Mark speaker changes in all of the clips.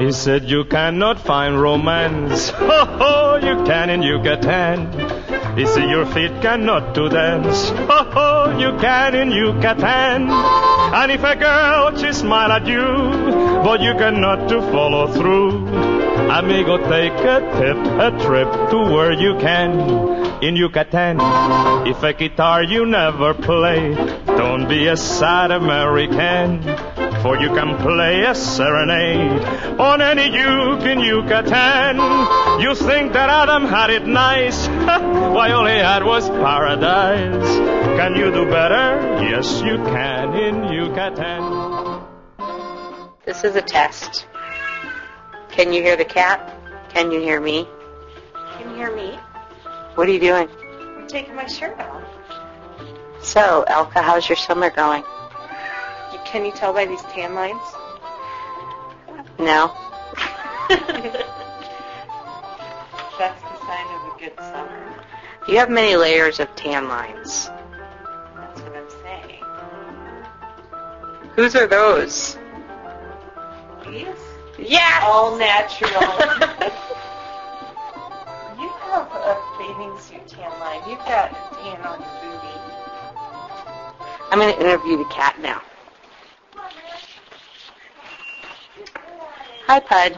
Speaker 1: He said, You cannot find romance. Ho ho, you can in Yucatan. He said, Your feet cannot to dance. Ho ho, you can in Yucatan. And if a girl she smile at you, but you cannot to follow through. Amigo, take a tip, a trip to where you can in Yucatan. If a guitar you never play, don't be a sad American. For you can play a serenade on any uke in Yucatan. You think that Adam had it nice? Why, all he had was paradise. Can you do better? Yes, you can in Yucatan.
Speaker 2: This is a test. Can you hear the cat? Can you hear me?
Speaker 3: Can you hear me?
Speaker 2: What are you doing?
Speaker 3: I'm taking my shirt off.
Speaker 2: So, Elka, how's your summer going?
Speaker 3: You- Can you tell by these tan lines?
Speaker 2: No?
Speaker 3: That's the sign of a good summer.
Speaker 2: You have many layers of tan lines.
Speaker 3: That's what I'm saying.
Speaker 2: Whose are those?
Speaker 3: These?
Speaker 2: Yes!
Speaker 3: All natural. you have a bathing suit tan line. You've got a tan on your booty.
Speaker 2: I'm going to interview the cat now. Hi, Pud.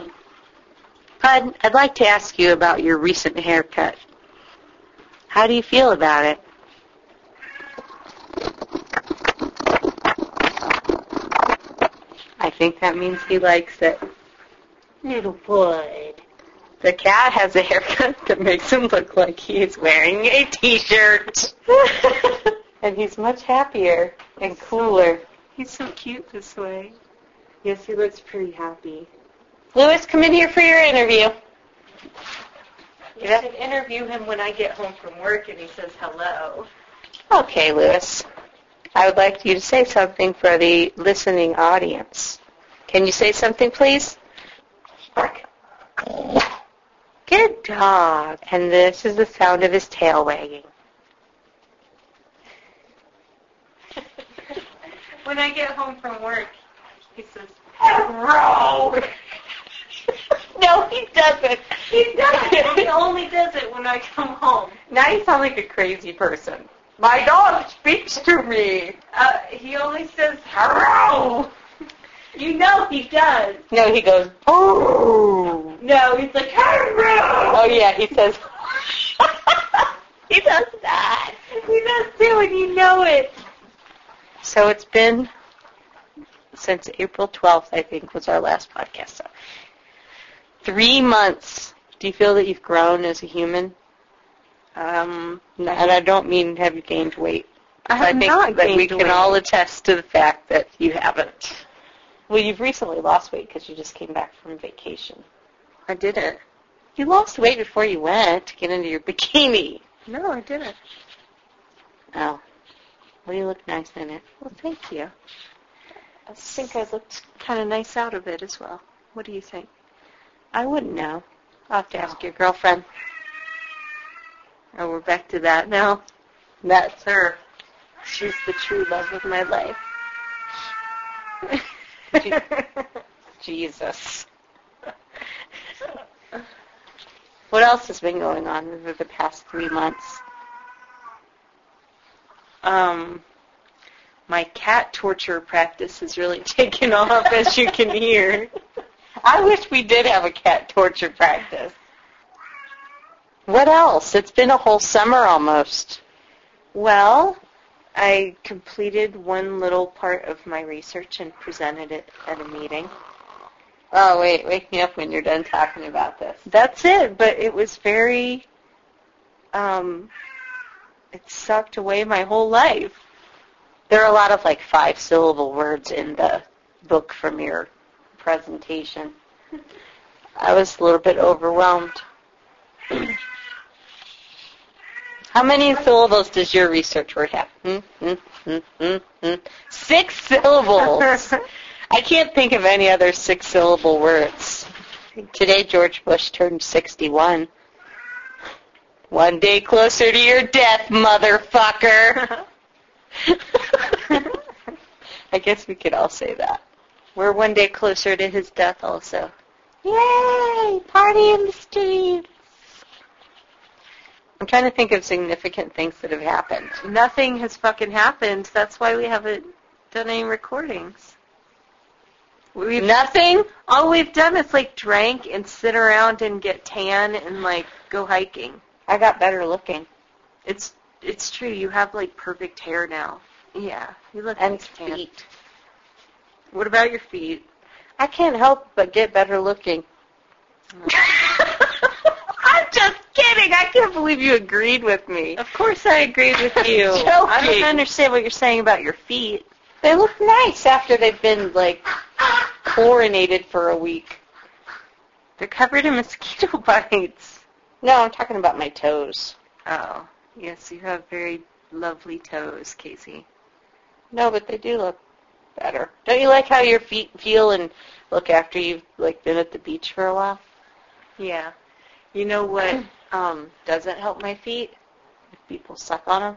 Speaker 2: Pud, I'd like to ask you about your recent haircut. How do you feel about it? I think that means he likes it. Little Pud. The cat has a haircut that makes him look like he is wearing a t-shirt.
Speaker 3: and he's much happier and cooler.
Speaker 2: He's so cute this way.
Speaker 3: Yes, he looks pretty happy.
Speaker 2: Lewis, come in here for your interview.
Speaker 3: You should interview him when I get home from work and he says hello.
Speaker 2: Okay, Lewis. I would like you to say something for the listening audience. Can you say something, please? Good dog. And this is the sound of his tail wagging.
Speaker 3: When I get home from work, he says,
Speaker 2: no, he doesn't.
Speaker 3: he does it. He only does it when I come home.
Speaker 2: now you sound like a crazy person. My dog speaks to me.
Speaker 3: Uh, he only says, hello. You know he does.
Speaker 2: No, he goes, oh.
Speaker 3: No, he's like, hello.
Speaker 2: Oh yeah, he says. he does that.
Speaker 3: He does too, and you know it.
Speaker 2: So it's been since April 12th, I think, was our last podcast. So three months. Do you feel that you've grown as a human? Um, and I don't mean have you gained weight.
Speaker 3: I
Speaker 2: I think that we can all attest to the fact that you haven't. Well, you've recently lost weight because you just came back from vacation.
Speaker 3: I didn't.
Speaker 2: You lost weight before you went to get into your bikini.
Speaker 3: No, I didn't.
Speaker 2: Oh. Well, you look nice in it.
Speaker 3: Well, thank you. I think I looked kind of nice out of it as well. What do you think?
Speaker 2: I wouldn't know. I'll have to ask your girlfriend.
Speaker 3: Oh, we're back to that now.
Speaker 2: That's her.
Speaker 3: She's the true love of my life.
Speaker 2: Jesus. what else has been going on over the past three months?
Speaker 3: um, my cat torture practice is really taking off, as you can hear.
Speaker 2: I wish we did have a cat torture practice. What else? It's been a whole summer almost.
Speaker 3: Well, I completed one little part of my research and presented it at a meeting.
Speaker 2: Oh, wait, wake me up when you're done talking about this.
Speaker 3: That's it, but it was very, um, it sucked away my whole life.
Speaker 2: There are a lot of like five syllable words in the book from your presentation. I was a little bit overwhelmed. How many syllables does your research word have? Hmm, hmm, hmm, hmm, hmm. Six syllables. I can't think of any other six syllable words. Today George Bush turned 61. One day closer to your death, motherfucker. I guess we could all say that.
Speaker 3: We're one day closer to his death also.
Speaker 2: Yay! Party in the streets. I'm trying to think of significant things that have happened.
Speaker 3: Nothing has fucking happened. That's why we haven't done any recordings. We've,
Speaker 2: Nothing?
Speaker 3: all we've done is like drank and sit around and get tan and like go hiking.
Speaker 2: I got better looking.
Speaker 3: It's it's true. You have like perfect hair now. Yeah, you look
Speaker 2: And
Speaker 3: nice tan.
Speaker 2: feet.
Speaker 3: What about your feet?
Speaker 2: I can't help but get better looking. I'm just kidding. I can't believe you agreed with me.
Speaker 3: Of course, I agreed with you.
Speaker 2: Joking.
Speaker 3: I don't understand what you're saying about your feet.
Speaker 2: They look nice after they've been like chlorinated for a week.
Speaker 3: They're covered in mosquito bites.
Speaker 2: No, I'm talking about my toes.
Speaker 3: Oh, yes, you have very lovely toes, Casey.
Speaker 2: No, but they do look better. Don't you like how your feet feel and look after you've like been at the beach for a while?
Speaker 3: Yeah. You know what?
Speaker 2: Um, doesn't help my feet if people suck on them.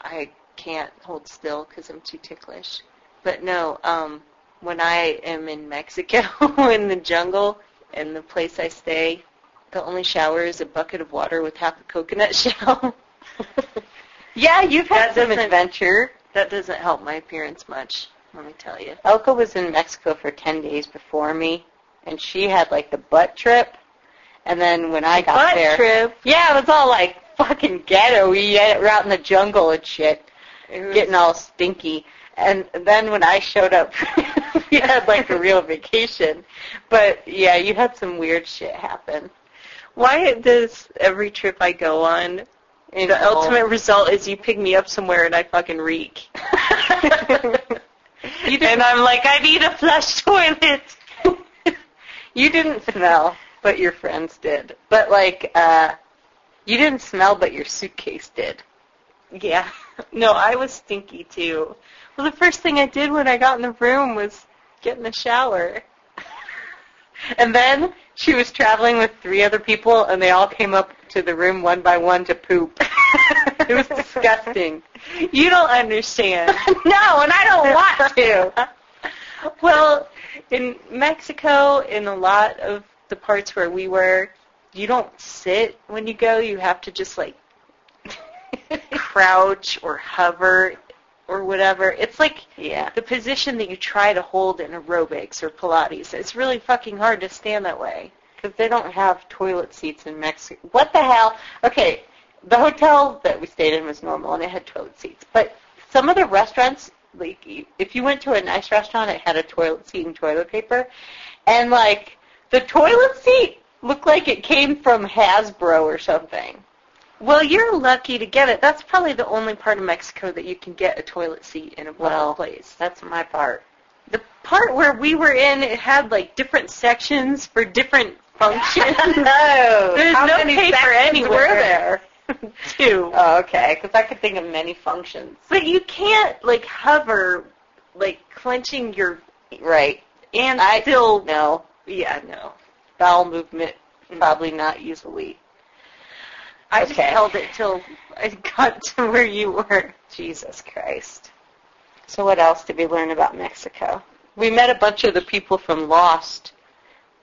Speaker 3: I can't hold still because I'm too ticklish. But no, um, when I am in Mexico, in the jungle, and the place I stay, the only shower is a bucket of water with half a coconut shell.
Speaker 2: Yeah, you've had
Speaker 3: That
Speaker 2: some
Speaker 3: doesn't-
Speaker 2: adventure.
Speaker 3: that doesn't help my appearance much, let me tell you.
Speaker 2: Elka was in Mexico for 10 days before me, and she had like the butt trip. And then when I got
Speaker 3: Butt
Speaker 2: there,
Speaker 3: trip.
Speaker 2: yeah, it was all like fucking ghetto. We yeah, we're out in the jungle and shit,
Speaker 3: It was-
Speaker 2: getting all stinky. And then when I showed up, we had like a real vacation. But yeah, you had some weird shit happen.
Speaker 3: Why does every trip I go on,
Speaker 2: In
Speaker 3: the
Speaker 2: Seoul.
Speaker 3: ultimate result is you pick me up somewhere and I fucking reek?
Speaker 2: You
Speaker 3: and I'm like, I need a flush toilet.
Speaker 2: you didn't smell, but your friends did. But like, uh, you didn't smell, but your suitcase did.
Speaker 3: Yeah. No, I was stinky too. Well, the first thing I did when I got in the room was get in the shower.
Speaker 2: And then she was traveling with three other people, and they all came up to the room one by one to poop. it was disgusting.
Speaker 3: You don't understand.
Speaker 2: no, and I don't want to.
Speaker 3: well, in Mexico, in a lot of the parts where we were, you don't sit when you go. You have to just like crouch or hover or whatever. It's like
Speaker 2: Yeah.
Speaker 3: the position that you try to hold in aerobics or Pilates. It's really fucking hard to stand that way.
Speaker 2: Because they don't have toilet seats in Mexico. What the hell? Okay, the hotel that we stayed in was normal and it had toilet seats. But some of the restaurants, like you- if you went to a nice restaurant, it had a toilet seat and toilet paper, and like the toilet seat looked like it came from Hasbro or something.
Speaker 3: Well, you're lucky to get it. That's probably the only part of Mexico that you can get a toilet seat in a public
Speaker 2: Well,
Speaker 3: place.
Speaker 2: That's my part.
Speaker 3: The part where we were in, it had like different sections for different functions.
Speaker 2: no,
Speaker 3: There's
Speaker 2: how
Speaker 3: no
Speaker 2: many
Speaker 3: paper
Speaker 2: sections
Speaker 3: anywhere.
Speaker 2: Were there?
Speaker 3: too.
Speaker 2: Oh, okay, because I could think of many functions.
Speaker 3: But you can't like hover, like clenching your
Speaker 2: Right.
Speaker 3: and
Speaker 2: I
Speaker 3: still.
Speaker 2: no.
Speaker 3: Yeah, no.
Speaker 2: bowel movement probably not easily.
Speaker 3: I just
Speaker 2: Okay.
Speaker 3: held it till I got to where you were.
Speaker 2: Jesus Christ. So what else did we learn about Mexico? We met a bunch of the people from Lost.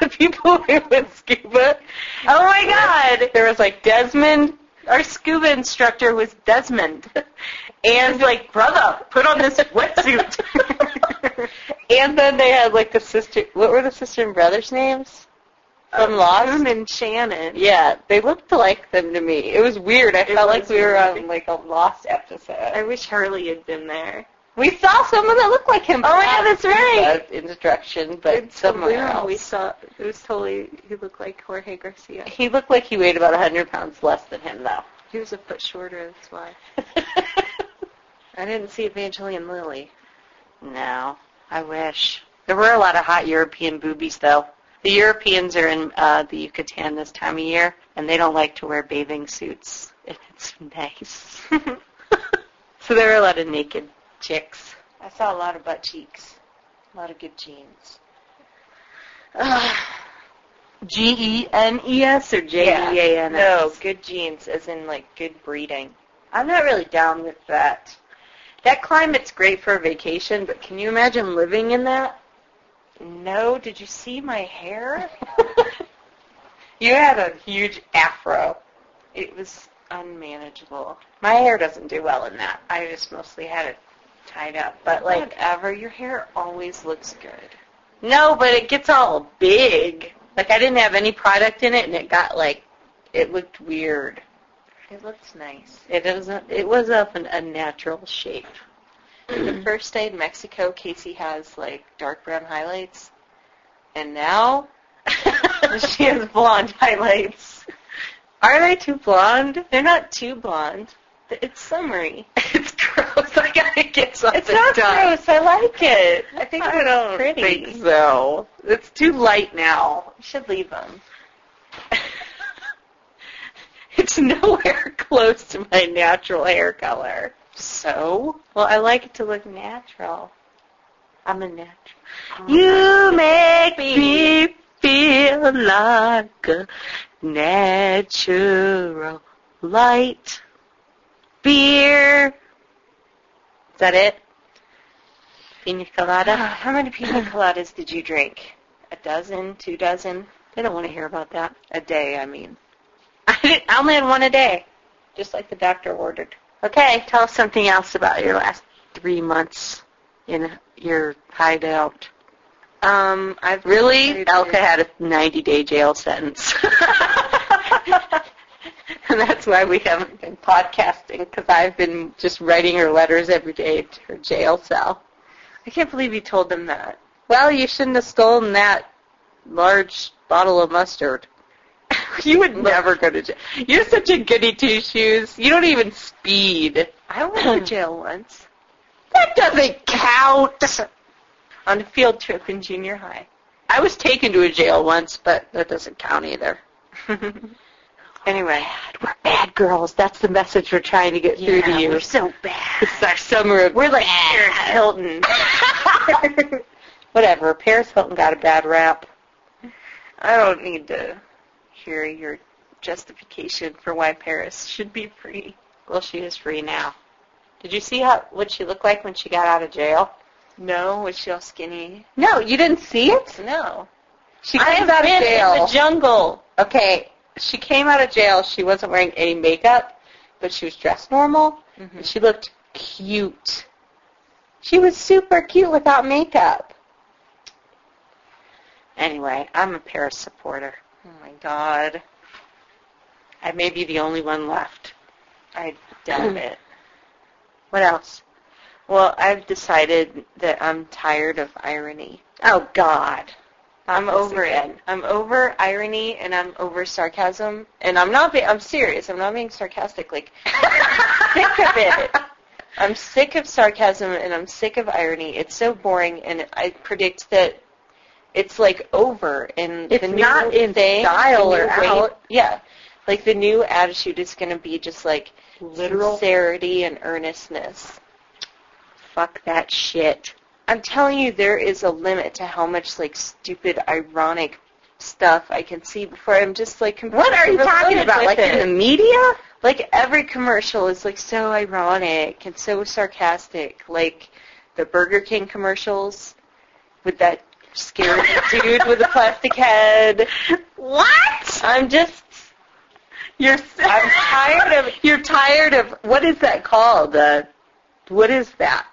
Speaker 2: The people who went scuba.
Speaker 3: Oh my God!
Speaker 2: There was like Desmond
Speaker 3: Our scuba instructor was Desmond, and
Speaker 2: and
Speaker 3: he's like, "Brother, put on this wetsuit."
Speaker 2: and then they had like the sister what were the sister and brothers' names? From Lost?
Speaker 3: Uh, Boone and Shannon.
Speaker 2: Yeah, they looked like them to me. It was weird. I felt like
Speaker 3: was
Speaker 2: we were
Speaker 3: weird.
Speaker 2: on like a Lost
Speaker 3: I
Speaker 2: episode.
Speaker 3: wish Harley had been there.
Speaker 2: We saw someone that looked like him.
Speaker 3: Oh, yeah, that's right.
Speaker 2: Uh, in destruction, but
Speaker 3: It's the
Speaker 2: somewhere
Speaker 3: room
Speaker 2: else.
Speaker 3: We saw it was totally. He looked like Jorge Garcia.
Speaker 2: He looked like he weighed about 100 pounds less than him, though.
Speaker 3: He was a foot shorter. That's why. I didn't see Evangeline Lilly.
Speaker 2: no, I wish. There were a lot of hot European boobies, though. The Europeans are in uh, the Yucatan this time of year, and they don't like to wear bathing suits. And it's nice. so there were a lot of naked chicks. I saw a lot of butt cheeks. A lot of good jeans. G E N E S or J E A N S?
Speaker 3: No, good genes, as in like good breeding.
Speaker 2: I'm not really down with that. That climate's great for a vacation, but can you imagine living in that?
Speaker 3: No, did you see my hair?
Speaker 2: you had a huge afro.
Speaker 3: It was unmanageable.
Speaker 2: My hair doesn't do well in that. I just mostly had it tied up. But like,
Speaker 3: Whatever, your hair always looks good.
Speaker 2: no, but it gets all big. Like I didn't have any product in it, and it got like, it looked weird.
Speaker 3: It looks nice.
Speaker 2: It doesn't. It was of an unnatural shape. Mm-hmm.
Speaker 3: the first day in Mexico, Casey has like dark brown highlights, and now she has blonde highlights.
Speaker 2: Are they too blonde?
Speaker 3: They're not too blonde. It's summery.
Speaker 2: It's gross. I gotta get something
Speaker 3: It's not
Speaker 2: done.
Speaker 3: gross. I like it. I think
Speaker 2: I don't
Speaker 3: pretty.
Speaker 2: think so. It's too light now.
Speaker 3: You should leave them.
Speaker 2: It's nowhere close to my natural hair color.
Speaker 3: So
Speaker 2: Well, I like it to look natural. I'm a natural.
Speaker 3: you
Speaker 2: You make me feel like a natural light beer. Is that it? Pina colada?
Speaker 3: Uh, how many pina coladas did you drink? A dozen, two dozen,
Speaker 2: They don't want to hear about that.
Speaker 3: a day. I mean,
Speaker 2: I, didn't, I only had one a day, just like the doctor ordered. Okay, tell us something else about your last three months in your hideout.
Speaker 3: um, I've
Speaker 2: Really?
Speaker 3: It
Speaker 2: Elka
Speaker 3: is.
Speaker 2: had a 90-day jail sentence. and that's why we haven't been podcasting, because I've been just writing her letters every day to her jail cell.
Speaker 3: I can't believe you told them that.
Speaker 2: Well, you shouldn't have stolen that large bottle of mustard. you would never go to jail. You're such a goody two-shoes. You don't even speed.
Speaker 3: I went to jail once
Speaker 2: That doesn't count.
Speaker 3: on a field trip in junior high.
Speaker 2: I was taken to a jail once, but that doesn't count either.
Speaker 3: anyway,
Speaker 2: We're bad girls. That's the message we're trying to get through to you.
Speaker 3: we're so bad.
Speaker 2: This is our summer of
Speaker 3: We're like Paris Hilton.
Speaker 2: whatever. Paris Hilton got a bad rap.
Speaker 3: I don't need to hear your justification for why Paris should be free.
Speaker 2: Well, she is free now. Did you see how what she looked like when she got out of jail?
Speaker 3: No, was she all skinny?
Speaker 2: No, you didn't see it.
Speaker 3: No.
Speaker 2: She
Speaker 3: I
Speaker 2: comes
Speaker 3: have
Speaker 2: out of
Speaker 3: been in
Speaker 2: jail.
Speaker 3: the jungle.
Speaker 2: okay, she came out of jail. She wasn't wearing any makeup, but she was dressed normal, and she looked cute. She was super cute without makeup. Anyway, I'm a Paris supporter.
Speaker 3: Oh my god.
Speaker 2: I may be the only one left.
Speaker 3: I
Speaker 2: Hmm.
Speaker 3: doubt it.
Speaker 2: What else?
Speaker 3: Well, I've decided that I'm tired of irony.
Speaker 2: Oh God.
Speaker 3: I'm over it.
Speaker 2: again.
Speaker 3: I'm over irony and I'm over sarcasm. And I'm not being, I'm serious. I'm not being sarcastic. Like, sick of it. I'm sick of sarcasm and I'm sick of irony. It's so boring and I predict that it's like over and
Speaker 2: It's
Speaker 3: the new
Speaker 2: not in
Speaker 3: thing,
Speaker 2: style
Speaker 3: the new
Speaker 2: or
Speaker 3: way-
Speaker 2: out.
Speaker 3: Yeah. Like the new attitude is going to be just like
Speaker 2: Literal.
Speaker 3: sincerity and earnestness.
Speaker 2: Fuck that shit.
Speaker 3: I'm telling you, there is a limit to how much like stupid, ironic stuff I can see before I'm just like
Speaker 2: What are you
Speaker 3: completely
Speaker 2: talking
Speaker 3: loaded
Speaker 2: about?
Speaker 3: with
Speaker 2: Like
Speaker 3: it.
Speaker 2: in the media?
Speaker 3: like every commercial is like so ironic and so sarcastic. Like the Burger King commercials with that scary dude with the plastic head.
Speaker 2: What?
Speaker 3: I'm just
Speaker 2: You're.
Speaker 3: I'm tired of
Speaker 2: You're tired of what is that called? Uh, what is that?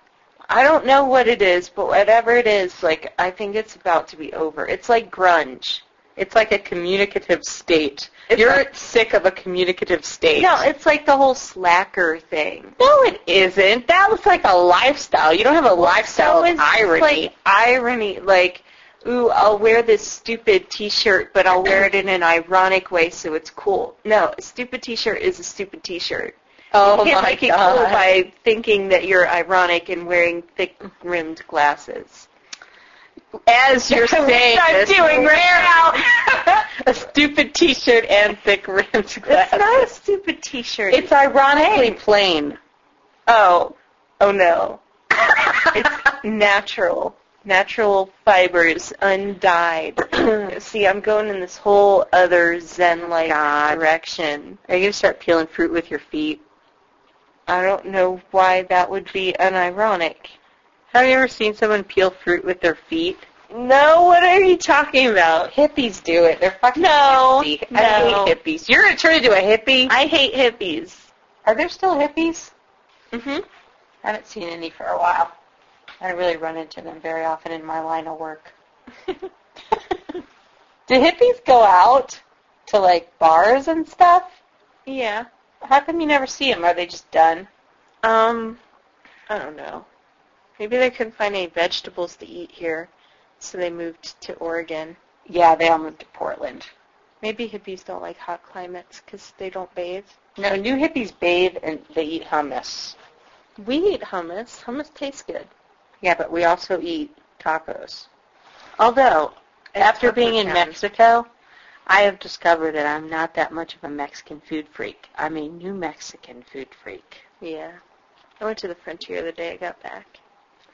Speaker 3: I don't know what it is, but whatever it is, like I think it's about to be over. It's like grunge.
Speaker 2: It's like a communicative state.
Speaker 3: It's
Speaker 2: You're
Speaker 3: like-
Speaker 2: sick of a communicative state.
Speaker 3: No, it's like the whole slacker thing.
Speaker 2: no, it isn't. That was like a lifestyle. You don't have a lifestyle
Speaker 3: So
Speaker 2: of
Speaker 3: it's just,
Speaker 2: irony.
Speaker 3: Like irony, like, ooh, I'll wear this stupid T-shirt, but I'll wear it in an ironic way, so it's cool. No, a stupid T-shirt is a stupid T-shirt.
Speaker 2: oh
Speaker 3: you can't
Speaker 2: my
Speaker 3: make
Speaker 2: god.
Speaker 3: it cool by thinking that you're ironic and wearing thick-rimmed glasses.
Speaker 2: As you're
Speaker 3: Which
Speaker 2: saying,
Speaker 3: I'm
Speaker 2: this,
Speaker 3: doing right now.
Speaker 2: a stupid T-shirt and thick rimmed glasses.
Speaker 3: It's not a stupid T-shirt.
Speaker 2: It's ironically plain.
Speaker 3: oh, oh no. it's natural, natural fibers, undyed. See, I'm going in this whole other zen-like
Speaker 2: God.
Speaker 3: direction.
Speaker 2: Are you gonna start peeling fruit with your feet?
Speaker 3: I don't know why that would be unironic.
Speaker 2: Have you ever seen someone peel fruit with their feet?
Speaker 3: No, what are you talking about?
Speaker 2: Hippies do it. They're fucking
Speaker 3: No,
Speaker 2: hippie.
Speaker 3: no.
Speaker 2: I hate hippies. You're gonna turn into a hippie.
Speaker 3: I hate hippies.
Speaker 2: Are there still hippies?
Speaker 3: hmm
Speaker 2: I haven't seen any for a while. I don't really run into them very often in my line of work. Do hippies go out to like bars and stuff?
Speaker 3: yeah.
Speaker 2: How come you never see them? Are they just done?
Speaker 3: Um, I don't know. Maybe they couldn't find any vegetables to eat here, so they moved to Oregon.
Speaker 2: Yeah, they all moved to Portland.
Speaker 3: Maybe hippies don't like hot climates because they don't bathe.
Speaker 2: No, new hippies bathe and they eat hummus.
Speaker 3: We eat hummus. Hummus tastes good.
Speaker 2: Yeah, but we also eat tacos.
Speaker 3: Although,
Speaker 2: After being in
Speaker 3: Mexico.
Speaker 2: Mexico, I have discovered that I'm not that much of a Mexican food freak. I'm a new Mexican food freak.
Speaker 3: Yeah. I went to the frontier the day I got back.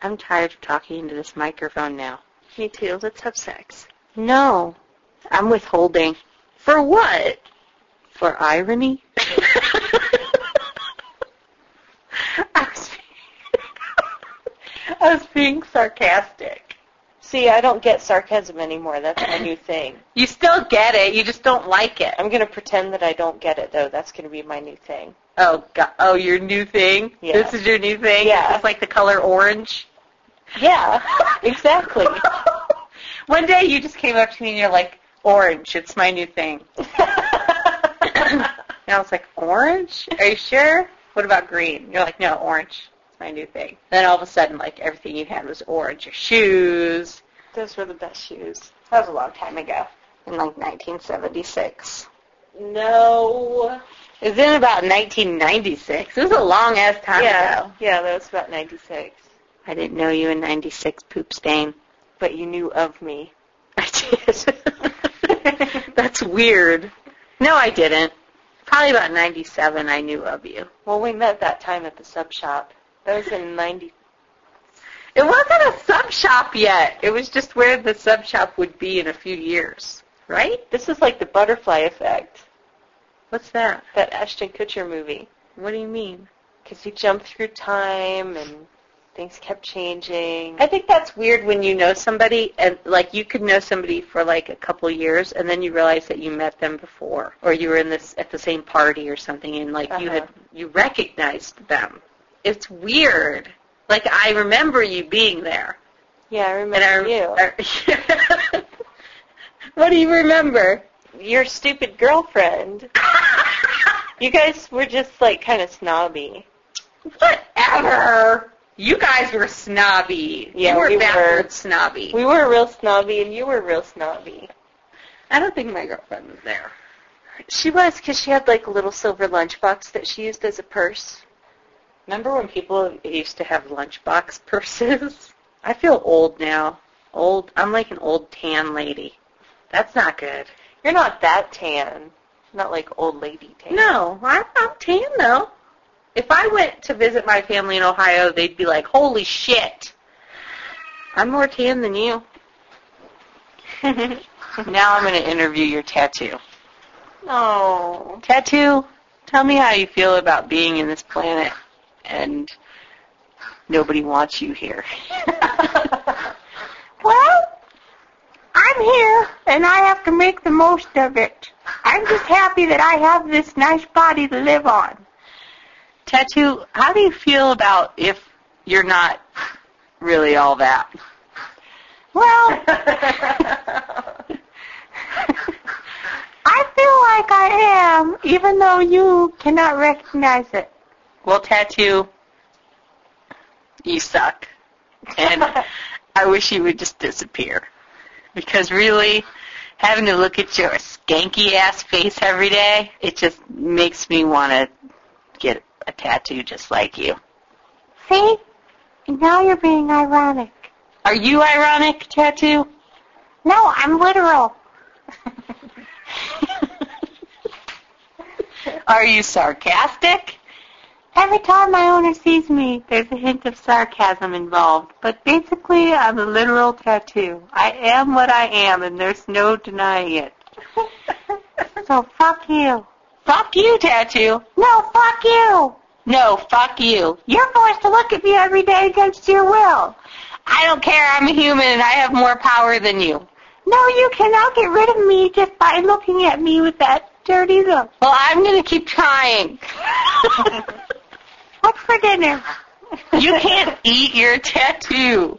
Speaker 2: I'm tired of talking into this microphone now.
Speaker 3: Me too. Let's have sex.
Speaker 2: No, I'm withholding
Speaker 3: For what?
Speaker 2: for irony. I was being- I was being sarcastic.
Speaker 3: See, I don't get sarcasm anymore. That's my new thing.
Speaker 2: You still get it, you just don't like it.
Speaker 3: I'm going to pretend that I don't get it, though. That's going to be my new thing.
Speaker 2: Oh, God. oh, your new thing.
Speaker 3: Yeah.
Speaker 2: This is your new thing.
Speaker 3: Yeah.
Speaker 2: It's like the color orange.
Speaker 3: Yeah, exactly.
Speaker 2: One day you just came up to me and you're like, "Orange, it's my new thing." and I was like, "Orange? Are you sure? What about green?" You're like, "No, orange. It's my new thing." Then all of a sudden, like everything you had was orange. Your shoes.
Speaker 3: Those were the best shoes.
Speaker 2: That was a long time ago, in like 1976.
Speaker 3: No.
Speaker 2: It was in about 1996. It was a long ass time
Speaker 3: Yeah,
Speaker 2: ago.
Speaker 3: yeah, that was about 96.
Speaker 2: I didn't know you in '96, poop stain.
Speaker 3: But you knew of me.
Speaker 2: I did. That's weird. No, I didn't. Probably about 97 I knew of you.
Speaker 3: Well, we met that time at the sub shop. That was in 90.
Speaker 2: It wasn't a sub shop yet. It was just where the sub shop would be in a few years, right?
Speaker 3: This is like the butterfly effect,
Speaker 2: What's that?
Speaker 3: that Ashton Kutcher movie.
Speaker 2: What do you mean?
Speaker 3: Because he jumped through time and things kept changing.
Speaker 2: I think that's weird when you know somebody and like you could know somebody for like a couple years and then you realize that you met them before or you were in this at the same party or something and like you had
Speaker 3: Uh-huh.
Speaker 2: you recognized them. It's weird. Like I remember you being there.
Speaker 3: Yeah, I
Speaker 2: And
Speaker 3: remember
Speaker 2: I,
Speaker 3: you.
Speaker 2: I- what do you remember?
Speaker 3: Your stupid girlfriend. You guys were just like kind of snobby.
Speaker 2: Whatever. You guys were snobby.
Speaker 3: Yeah,
Speaker 2: you were
Speaker 3: we were.
Speaker 2: backward snobby.
Speaker 3: We were real snobby and you were real snobby.
Speaker 2: I don't think my girlfriend was there.
Speaker 3: She was because she had like a little silver lunchbox that she used as a purse.
Speaker 2: Remember when people used to have lunchbox purses? I feel old now. Old. I'm like an old tan lady. That's not good.
Speaker 3: You're not that tan. Not like old lady tan.
Speaker 2: No, I, I'm tan though. If I went to visit my family in Ohio, they'd be like, "Holy shit, I'm more tan than you." now I'm going to interview your tattoo. Oh.
Speaker 3: No.
Speaker 2: Tattoo, tell me how you feel about being in this planet and nobody wants you here. well, I'm here and I have to make the most of it. I'm just happy that I have this nice body to live on. Tattoo, how do you feel about if you're not really all that? Well, I feel like I am, even though you cannot recognize it. Well, tattoo, you suck, and I wish you would just disappear. Because really, having to look at your skanky ass face every day, it just makes me want to get a tattoo just like you.
Speaker 4: See? Now you're being ironic.
Speaker 2: Are you ironic, tattoo?
Speaker 4: No, I'm literal.
Speaker 2: Are you sarcastic?
Speaker 4: Every time my owner sees me, there's a hint of sarcasm involved. But basically, I'm a literal tattoo. I am what I am, and there's no denying it. so fuck you.
Speaker 2: Fuck you, tattoo.
Speaker 4: No, fuck you.
Speaker 2: No, fuck you.
Speaker 4: You're forced to look at me every day against your will.
Speaker 2: I don't care. I'm a human and I have more power than you.
Speaker 4: No, you cannot get rid of me just by looking at me with that dirty look.
Speaker 2: Well, I'm going to keep trying.
Speaker 4: What's for dinner?
Speaker 2: you can't eat your tattoo.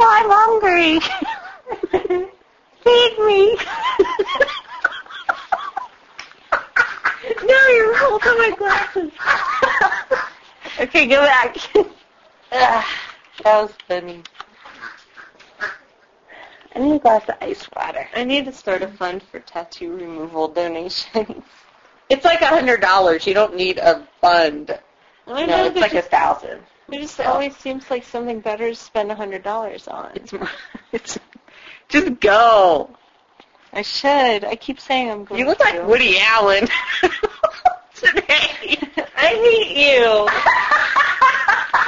Speaker 4: Well, I'm hungry. Feed me. no, you're holding my glasses.
Speaker 2: Okay, go back. Ugh, that was funny.
Speaker 4: I need a glass of ice water.
Speaker 3: I need to start a fund for tattoo removal donations.
Speaker 2: It's like a hundred dollars. You don't need a fund.
Speaker 3: I
Speaker 2: No, it's like a thousand.
Speaker 3: It just always seems like something better to spend a hundred dollars on.
Speaker 2: It's more. It's just go.
Speaker 3: I should. I keep saying I'm going.
Speaker 2: You look like
Speaker 3: to.
Speaker 2: Woody Allen today.
Speaker 3: I hate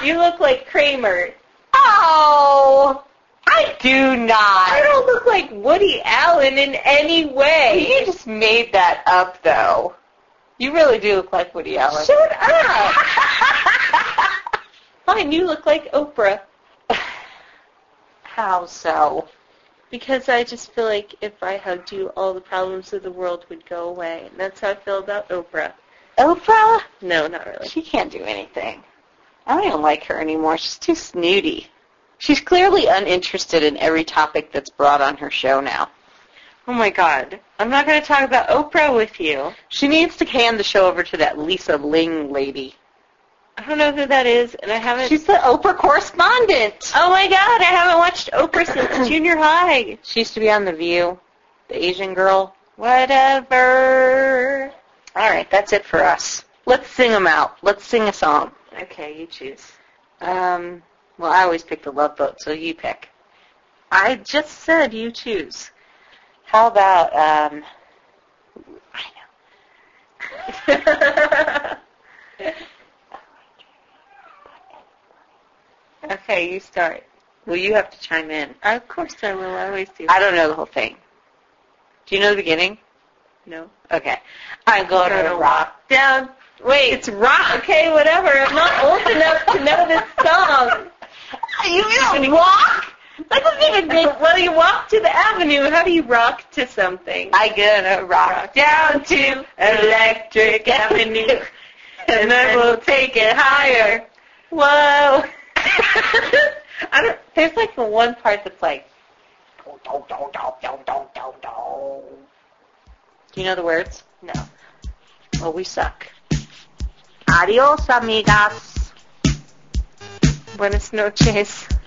Speaker 3: you. you look like Kramer.
Speaker 2: Oh, I do
Speaker 3: I
Speaker 2: not.
Speaker 3: don't look like Woody Allen in any
Speaker 2: You
Speaker 3: way.
Speaker 2: just made that up, though. You really do look like Woody Allen.
Speaker 3: Shut up. Fine, you look like Oprah
Speaker 2: How so?
Speaker 3: because I just feel like if I hugged you, all the problems of the world would go away. And that's how I feel about Oprah.
Speaker 2: Oprah?
Speaker 3: No, not really.
Speaker 2: She can't do anything. I don't even like her anymore. She's too snooty. She's clearly uninterested in every topic that's brought on her show now.
Speaker 3: Oh my God, I'm not going to talk about Oprah with you.
Speaker 2: She needs to hand the show over to that Lisa Ling lady.
Speaker 3: I don't know who that is, and I haven't.
Speaker 2: She's the Oprah correspondent.
Speaker 3: oh my God, I haven't watched Oprah since junior high.
Speaker 2: She used to be on The View, the Asian girl.
Speaker 3: Whatever.
Speaker 2: All right, that's it for us. Let's sing them out. Let's sing a song.
Speaker 3: Okay, you choose.
Speaker 2: Um, well, I always pick the love boat, so you pick.
Speaker 3: I just said you choose.
Speaker 2: How about um, I know.
Speaker 3: okay, you start.
Speaker 2: Well, you have to chime in.
Speaker 3: Of course I will. I always do.
Speaker 2: I don't know the whole thing. Do you know the beginning?
Speaker 3: no.
Speaker 2: Okay. I'm going to rock.
Speaker 3: Down. Wait.
Speaker 2: It's rock.
Speaker 3: okay, whatever. I'm not old enough to know this song.
Speaker 2: You mean rock?
Speaker 3: That doesn't even make. Well, you walk to the avenue. How do you rock to something?
Speaker 2: I'm gonna rock down to Electric Avenue, and I will take it higher.
Speaker 3: Whoa. I don't. There's like the one part that's like.
Speaker 2: Do you know the words?
Speaker 3: No.
Speaker 2: Well, we suck.
Speaker 4: Adios, amigas.
Speaker 3: Buenas noches.